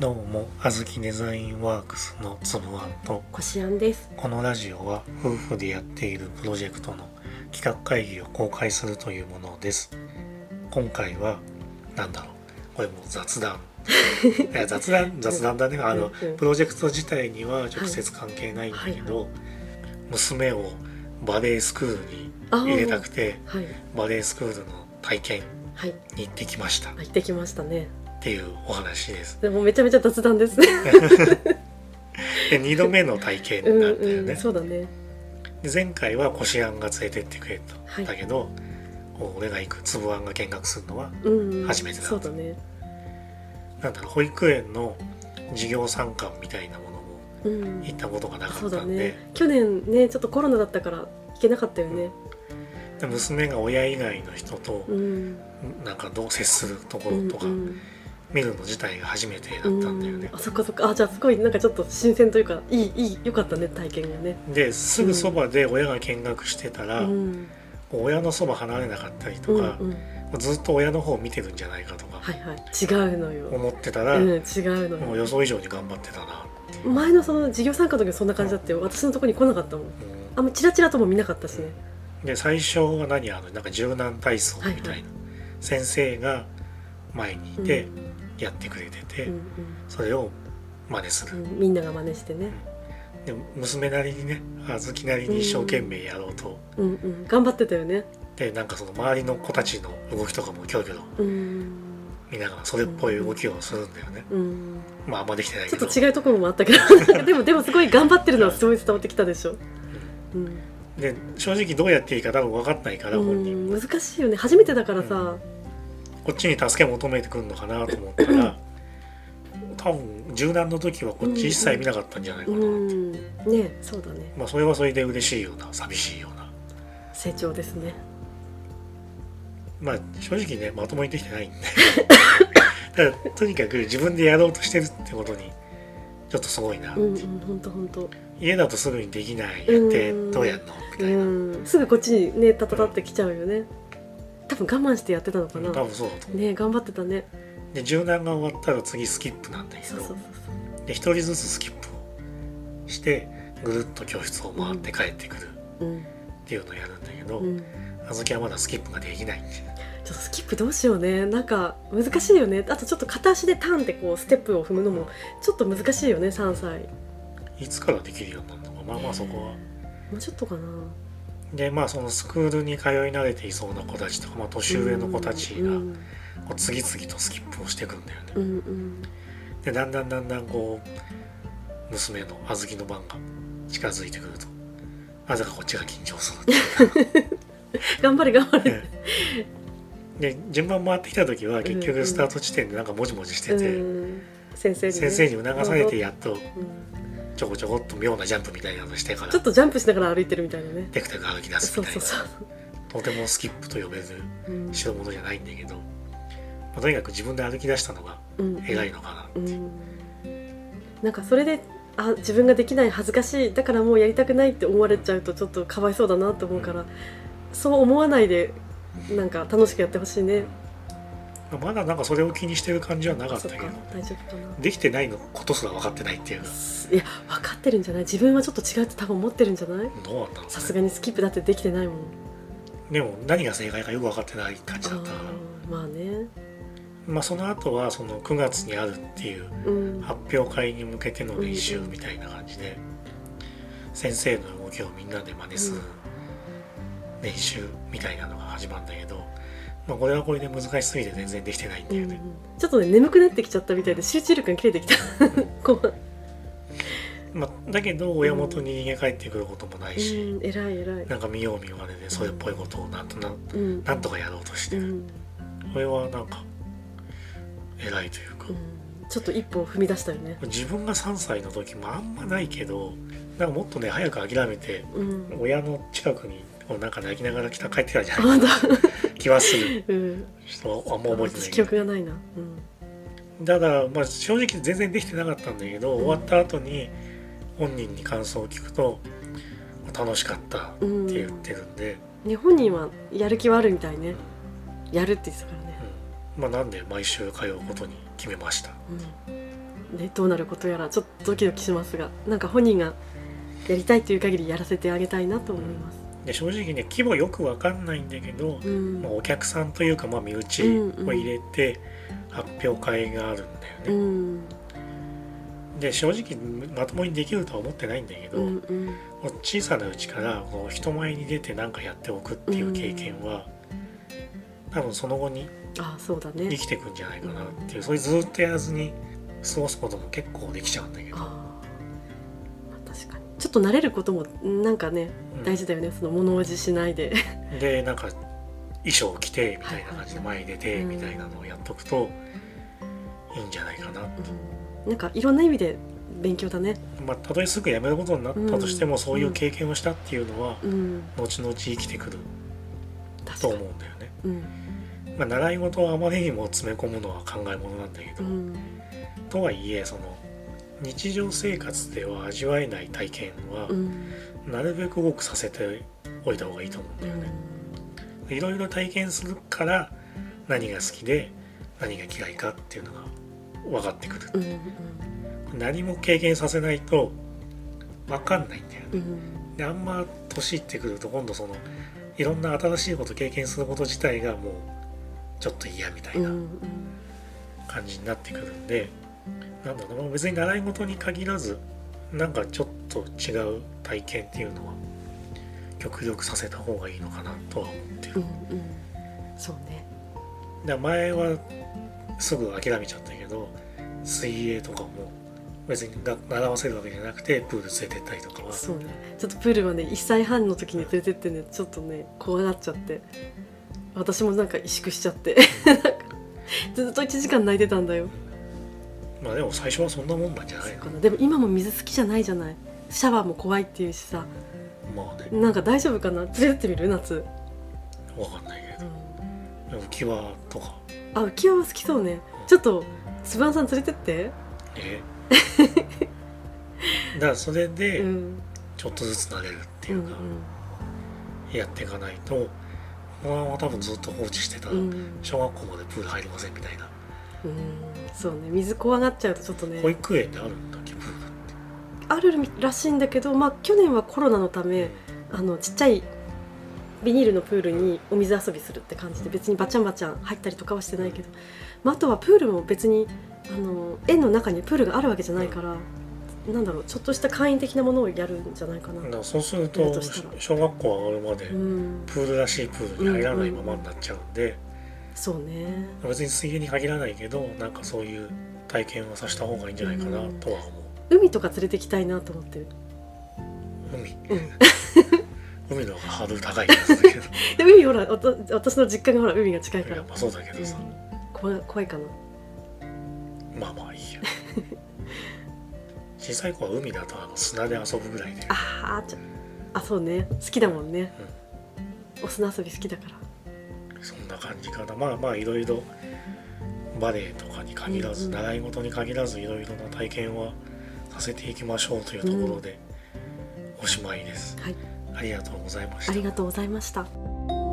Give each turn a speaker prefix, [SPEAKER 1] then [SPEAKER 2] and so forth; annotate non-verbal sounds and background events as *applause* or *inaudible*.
[SPEAKER 1] どうもあずきデザインワークスのつぶあんと
[SPEAKER 2] こしあんです
[SPEAKER 1] このラジオは夫婦でやっているプロジェクトの企画会議を公開するというものです今回はなんだろうこれもう雑談いや雑談雑談だねあの
[SPEAKER 2] うんうん
[SPEAKER 1] プロジェクト自体には直接関係ないんだけど、娘をバレエスクールに
[SPEAKER 2] あー
[SPEAKER 1] 入れたくて
[SPEAKER 2] はい
[SPEAKER 1] バレエスクールの体験
[SPEAKER 2] はい
[SPEAKER 1] に行ってきました
[SPEAKER 2] あ行ってきましたね
[SPEAKER 1] っていうお話です
[SPEAKER 2] でもめちゃめちゃ雑談ですね
[SPEAKER 1] で2度目の体験
[SPEAKER 2] うん
[SPEAKER 1] だったよ
[SPEAKER 2] う
[SPEAKER 1] ね
[SPEAKER 2] んそうだね
[SPEAKER 1] で前回はこしあんが連れてってくれた、
[SPEAKER 2] はい
[SPEAKER 1] だけど俺が行くつぶあんが見学するのは
[SPEAKER 2] うんうん
[SPEAKER 1] 初めてだ
[SPEAKER 2] そうだね
[SPEAKER 1] なんだろう保育園の授業参観みたいなものも
[SPEAKER 2] うん
[SPEAKER 1] 行ったことがなか
[SPEAKER 2] そう
[SPEAKER 1] った
[SPEAKER 2] だ
[SPEAKER 1] んで,、
[SPEAKER 2] ね去年ねちょっとコロナだったから行けなかったよね
[SPEAKER 1] で娘が親以外の人と
[SPEAKER 2] うん
[SPEAKER 1] なんかどう接するとこ
[SPEAKER 2] う
[SPEAKER 1] ろ
[SPEAKER 2] ん
[SPEAKER 1] とか
[SPEAKER 2] うん
[SPEAKER 1] 見るの自体が初めてだったんだよね
[SPEAKER 2] う、あそっかそっかあじゃあすごいなんかちょっと新鮮というかいいいいよかったね体験がね
[SPEAKER 1] ですぐそばで親が見学してた
[SPEAKER 2] う
[SPEAKER 1] ら、
[SPEAKER 2] ん
[SPEAKER 1] 親のそば離れなかったり
[SPEAKER 2] う
[SPEAKER 1] と
[SPEAKER 2] んう
[SPEAKER 1] か、
[SPEAKER 2] ん
[SPEAKER 1] ずっと親の方を見てるんじゃないかとか
[SPEAKER 2] はいはい違うのよ
[SPEAKER 1] 思ってた
[SPEAKER 2] う
[SPEAKER 1] ら、
[SPEAKER 2] ん違うの
[SPEAKER 1] も
[SPEAKER 2] よ
[SPEAKER 1] う予想以上に頑張ってたな、
[SPEAKER 2] 前のその授業参加の時もそんな感じだって私のとこに来なかったもん
[SPEAKER 1] うん
[SPEAKER 2] あんまチラチラとも見なかったしね
[SPEAKER 1] で最初は何あのなんか柔軟体操みたいな、
[SPEAKER 2] はいは
[SPEAKER 1] 先生が前にいて
[SPEAKER 2] うん
[SPEAKER 1] やってくれてて、
[SPEAKER 2] うん
[SPEAKER 1] それを真似す
[SPEAKER 2] う
[SPEAKER 1] る、
[SPEAKER 2] んうん、みんなが真似してね、
[SPEAKER 1] で娘なりにね小豆なりに一生懸命やろうと、
[SPEAKER 2] うんうん、頑張ってたよね、
[SPEAKER 1] でなんかその周りの子たちの動きとかもキョロキョロ
[SPEAKER 2] うん
[SPEAKER 1] 見ながらそれっぽい動きをするんだよね、
[SPEAKER 2] うん、
[SPEAKER 1] まああんまできてない
[SPEAKER 2] ち
[SPEAKER 1] け
[SPEAKER 2] ょ
[SPEAKER 1] ど
[SPEAKER 2] っと違うところもあったけどでもでもすごい頑張ってるのはすごい伝わってきたでしょ、うん
[SPEAKER 1] で正直どうやっていいか多分分かんないから
[SPEAKER 2] う
[SPEAKER 1] 本人、
[SPEAKER 2] ん、難しいよね初めてだからさ、
[SPEAKER 1] こっちに助け求めてくるのかなと思ったら多分柔軟の時はこっち一切見なかったんじゃないか
[SPEAKER 2] う
[SPEAKER 1] な、
[SPEAKER 2] んねそうだね
[SPEAKER 1] まあそれはそれで嬉しいような寂しいような
[SPEAKER 2] 成長ですね
[SPEAKER 1] まあ正直ねまともにできて
[SPEAKER 2] *laughs*
[SPEAKER 1] ないんでただとにかく自分でやろうとしてるってことにちょっとすごいな、
[SPEAKER 2] うんうんほんとほんと
[SPEAKER 1] 家だとすぐにできないやって
[SPEAKER 2] うん
[SPEAKER 1] どうやんのみ
[SPEAKER 2] う
[SPEAKER 1] たいな、
[SPEAKER 2] んすぐこっちにねタタタって来ちゃうよね多分我慢してやってたのかな
[SPEAKER 1] 多分そうだと思う
[SPEAKER 2] ね頑張ってたね
[SPEAKER 1] で柔軟が終わったら次スキップなんだけ
[SPEAKER 2] そ
[SPEAKER 1] ど
[SPEAKER 2] うそうそう
[SPEAKER 1] で一人ずつスキップをしてぐるっと教室を回って帰ってくる
[SPEAKER 2] そううん
[SPEAKER 1] っていうのをやるんだけど、
[SPEAKER 2] うん
[SPEAKER 1] 小豆はまだスキップができないんで
[SPEAKER 2] ちょっとスキップどうしようねなんか難しいよねあとちょっと片足でターンってこうステップを踏むのもちょっと難しいよね3歳
[SPEAKER 1] いつからできるようになるのかまあまあそこは。
[SPEAKER 2] もうちょっとかな
[SPEAKER 1] でまあそのスクールに通い慣れていそうな子たちとか、まあ、年上の子たちが
[SPEAKER 2] うん
[SPEAKER 1] こう次々とスキップをしていくんだよね
[SPEAKER 2] う。んうん
[SPEAKER 1] でだんだんだんだんこう娘の小豆の番が近づいてくるとなぜかこっちが緊張するって
[SPEAKER 2] 頑張れ頑張
[SPEAKER 1] い
[SPEAKER 2] れ
[SPEAKER 1] う
[SPEAKER 2] *laughs*
[SPEAKER 1] ねで順番回ってきた時は結局スタート地点でなんかモジモジしてて、
[SPEAKER 2] うん先生に、ね、
[SPEAKER 1] 先生に促されてやっと
[SPEAKER 2] うん
[SPEAKER 1] ちょこちょこっと妙なジャンプみたいなのしてから
[SPEAKER 2] ちょっとジャンプしながら歩いてるみたいなね
[SPEAKER 1] テクテク歩き出す
[SPEAKER 2] そ
[SPEAKER 1] み
[SPEAKER 2] う
[SPEAKER 1] たい
[SPEAKER 2] そ
[SPEAKER 1] な
[SPEAKER 2] うそう、
[SPEAKER 1] とてもスキップと呼べず
[SPEAKER 2] うん
[SPEAKER 1] 代物じゃないんだけど、まあ、とにかく自分で歩き出したのが
[SPEAKER 2] うん
[SPEAKER 1] 偉いのか
[SPEAKER 2] うんなんかそれであ自分ができない恥ずかしいだからもうやりたくないって思われちゃうとちょっとかわいそうだなと思うから、そう思わないでなんか楽しくやってほしいね
[SPEAKER 1] な、まあまだなんかそれを気にしてる感じはなかった
[SPEAKER 2] そっ
[SPEAKER 1] け
[SPEAKER 2] か
[SPEAKER 1] ど
[SPEAKER 2] 大丈夫かな
[SPEAKER 1] できてないのことすら分かってないっていうの
[SPEAKER 2] いや分かってるんじゃない自分はちょっと違うって多分思ってるんじゃない
[SPEAKER 1] はどうなんだろ
[SPEAKER 2] さ
[SPEAKER 1] う
[SPEAKER 2] す
[SPEAKER 1] ね
[SPEAKER 2] がにスキップだってできてないもん
[SPEAKER 1] でも何が正解かよく分かってない感じだったから
[SPEAKER 2] あーまあね
[SPEAKER 1] まあその後はその9月にあるっていう
[SPEAKER 2] うん
[SPEAKER 1] 発表会に向けての練習みたいな感じで先生の動きをみんなで真似する練習みたいなのが始まるんだけど、まあ、これはこれで難しすぎて全然できてないんだ
[SPEAKER 2] う
[SPEAKER 1] よ
[SPEAKER 2] ん
[SPEAKER 1] ね。
[SPEAKER 2] ちょっとね眠くなってきちゃったみたいで集中力が切れてきた *laughs* 後半
[SPEAKER 1] まあ、だけど親元に逃げ帰ってくることもないし、
[SPEAKER 2] うん偉い偉い
[SPEAKER 1] なんか見よう見まねでそれっぽいことをなんとな
[SPEAKER 2] うん
[SPEAKER 1] なんとかやろうとし
[SPEAKER 2] う
[SPEAKER 1] てる、
[SPEAKER 2] ん
[SPEAKER 1] これはなんか偉いというか、
[SPEAKER 2] うんちょっと一歩を踏み出したよね。
[SPEAKER 1] 自分が3歳の時もあんまないけどなんかもっとね早く諦めて
[SPEAKER 2] うん。
[SPEAKER 1] 親の近くにこうなんか泣きながら来た帰ってたじゃ
[SPEAKER 2] あ
[SPEAKER 1] ない
[SPEAKER 2] 本当。
[SPEAKER 1] 気はする
[SPEAKER 2] うん。
[SPEAKER 1] ちょっとあんま覚えてないけ
[SPEAKER 2] 私記
[SPEAKER 1] ど
[SPEAKER 2] 憶がないな。うん。
[SPEAKER 1] ただまあ正直全然できてなかったんだけど、終わった後に本人に感想を聞くと楽しかったって言ってるんで、
[SPEAKER 2] ね本人はやる気はあるみたいね。やるって言ってたからね。
[SPEAKER 1] まあ、なんで毎週通うことに決めました
[SPEAKER 2] うん。ね、どうなることやらちょっとドキドキしますがなんか本人がやりたいという限りやらせてあげたいなと思います。
[SPEAKER 1] で正直ね規模よくわかんないんだけど、
[SPEAKER 2] うん
[SPEAKER 1] まあ、お客さんというか、まあ、身内を入れて発表会があるんだよね。
[SPEAKER 2] うん
[SPEAKER 1] で正直まともにできるとは思ってないんだけど、
[SPEAKER 2] うんう
[SPEAKER 1] もうん小さなうちからこう人前に出て何かやっておくっていう経験は、多分その後に
[SPEAKER 2] あそうだ
[SPEAKER 1] 生
[SPEAKER 2] ね
[SPEAKER 1] きてくんじゃないかなっていうそれずっとやらずに過ごすことも結構できちゃうんだけ
[SPEAKER 2] あー、
[SPEAKER 1] ど、
[SPEAKER 2] まあ、確かにちょっと慣れることもなんかね
[SPEAKER 1] うん
[SPEAKER 2] 大事だよねその物おじしないで
[SPEAKER 1] でなんか衣装を着てみたいな感じで前に出て
[SPEAKER 2] うん
[SPEAKER 1] みたいなのをやっとくといいんじゃないかな、
[SPEAKER 2] うんなんかいろんな意味で勉強だね
[SPEAKER 1] まあ、たとえすぐ辞めることになったとしても、
[SPEAKER 2] うん
[SPEAKER 1] そういう経験をしたっていうのは、
[SPEAKER 2] うん
[SPEAKER 1] 後々生きてくる
[SPEAKER 2] 確
[SPEAKER 1] と
[SPEAKER 2] か
[SPEAKER 1] 思
[SPEAKER 2] に
[SPEAKER 1] うんだよね。
[SPEAKER 2] うん
[SPEAKER 1] まあ、習い事をあまりにも詰め込むのは考えものなんだけ
[SPEAKER 2] う
[SPEAKER 1] ど、
[SPEAKER 2] ん
[SPEAKER 1] とはいえその日常生活では味わえない体験は
[SPEAKER 2] うん
[SPEAKER 1] なるべく多くさせておいた方がいいと思うんだよね。いろいろ体験するから何が好きで何が嫌いかっていうのが分かってくる
[SPEAKER 2] うんうん
[SPEAKER 1] 何も経験させないと分かんないんだよね
[SPEAKER 2] うんうん
[SPEAKER 1] であんま年いってくると今度そのいろんな新しいこと経験すること自体がもうちょっと嫌みたい
[SPEAKER 2] うんう
[SPEAKER 1] なん感じになってくるんで、なんだろうなまあ別に習い事に限らずなんかちょっと違う体験っていうのは極力させた方がいいのかなとは思って
[SPEAKER 2] う
[SPEAKER 1] る
[SPEAKER 2] ん、うんそうね
[SPEAKER 1] で前はすぐ諦めちゃったけど水泳とかも別にが習わせるわけじゃなくてプール連れてったりとかは
[SPEAKER 2] そうねちょっとプールはね1歳半の時に連れてってねちょっとね怖がっちゃって私もなんか萎縮しちゃってなんかずっと1時間泣いてたんだよ
[SPEAKER 1] まあでも最初はそんなもんなんじゃないの
[SPEAKER 2] かなでも今も水好きじゃないじゃないシャワーも怖いっていうしさ
[SPEAKER 1] まあね
[SPEAKER 2] なんか大丈夫かな連れてってみる夏、
[SPEAKER 1] わかんないけど浮き輪とか
[SPEAKER 2] あ浮世は好きそうねちょっとつばんさん連れてって
[SPEAKER 1] え *laughs* だからそれで、
[SPEAKER 2] うん
[SPEAKER 1] ちょっとずつ慣れるって
[SPEAKER 2] う
[SPEAKER 1] い
[SPEAKER 2] ん
[SPEAKER 1] うか、やっていかないとこのまま多分ずっと放置してたら、
[SPEAKER 2] うんうん
[SPEAKER 1] 小学校までプール入りませんみたいな、
[SPEAKER 2] うんそうね水怖がっちゃうとちょっとね
[SPEAKER 1] 保育園であるんだっけプールって、
[SPEAKER 2] あるらしいんだけどまあ去年はコロナのため、あのちっちゃいビニールのプールにお水遊びするって感じで別にバチャンバチャン入ったりとかはしてないけど、まあ、あとはプールも別にあの園の中にプールがあるわけじゃないから、なんだろうちょっとした簡易的なものをやるんじゃないかな。
[SPEAKER 1] だからそうする
[SPEAKER 2] やる
[SPEAKER 1] と
[SPEAKER 2] としたら
[SPEAKER 1] 小学校上がるまで、
[SPEAKER 2] うん、
[SPEAKER 1] プールらしいプールに入らないままになっちゃうんで、
[SPEAKER 2] そうね
[SPEAKER 1] 別に水泳に限らないけどなんかそういう体験はさせた方がいいんじゃないかなとは思う、
[SPEAKER 2] 海とか連れてきたいなと思ってる
[SPEAKER 1] 海
[SPEAKER 2] うん
[SPEAKER 1] *laughs* 海の方がハードル高い気がするけど
[SPEAKER 2] で海ほらわた私の実家がほら海が近い
[SPEAKER 1] い
[SPEAKER 2] から、
[SPEAKER 1] や
[SPEAKER 2] うん
[SPEAKER 1] まあそうだけどさ、
[SPEAKER 2] 怖い怖いかな
[SPEAKER 1] まあまあいいや小さい子は海だとあの砂で遊ぶぐらいで
[SPEAKER 2] あーちょあそうね好きだもんね、お砂遊び好きだから
[SPEAKER 1] そんな感じかなまあまあいろいろバレエとかに限らず、
[SPEAKER 2] うんうん
[SPEAKER 1] 習い事に限らずいろいろな体験はさせていきましょうというところでおしまいです、
[SPEAKER 2] はい
[SPEAKER 1] ありがとうございました
[SPEAKER 2] ありがとうございました。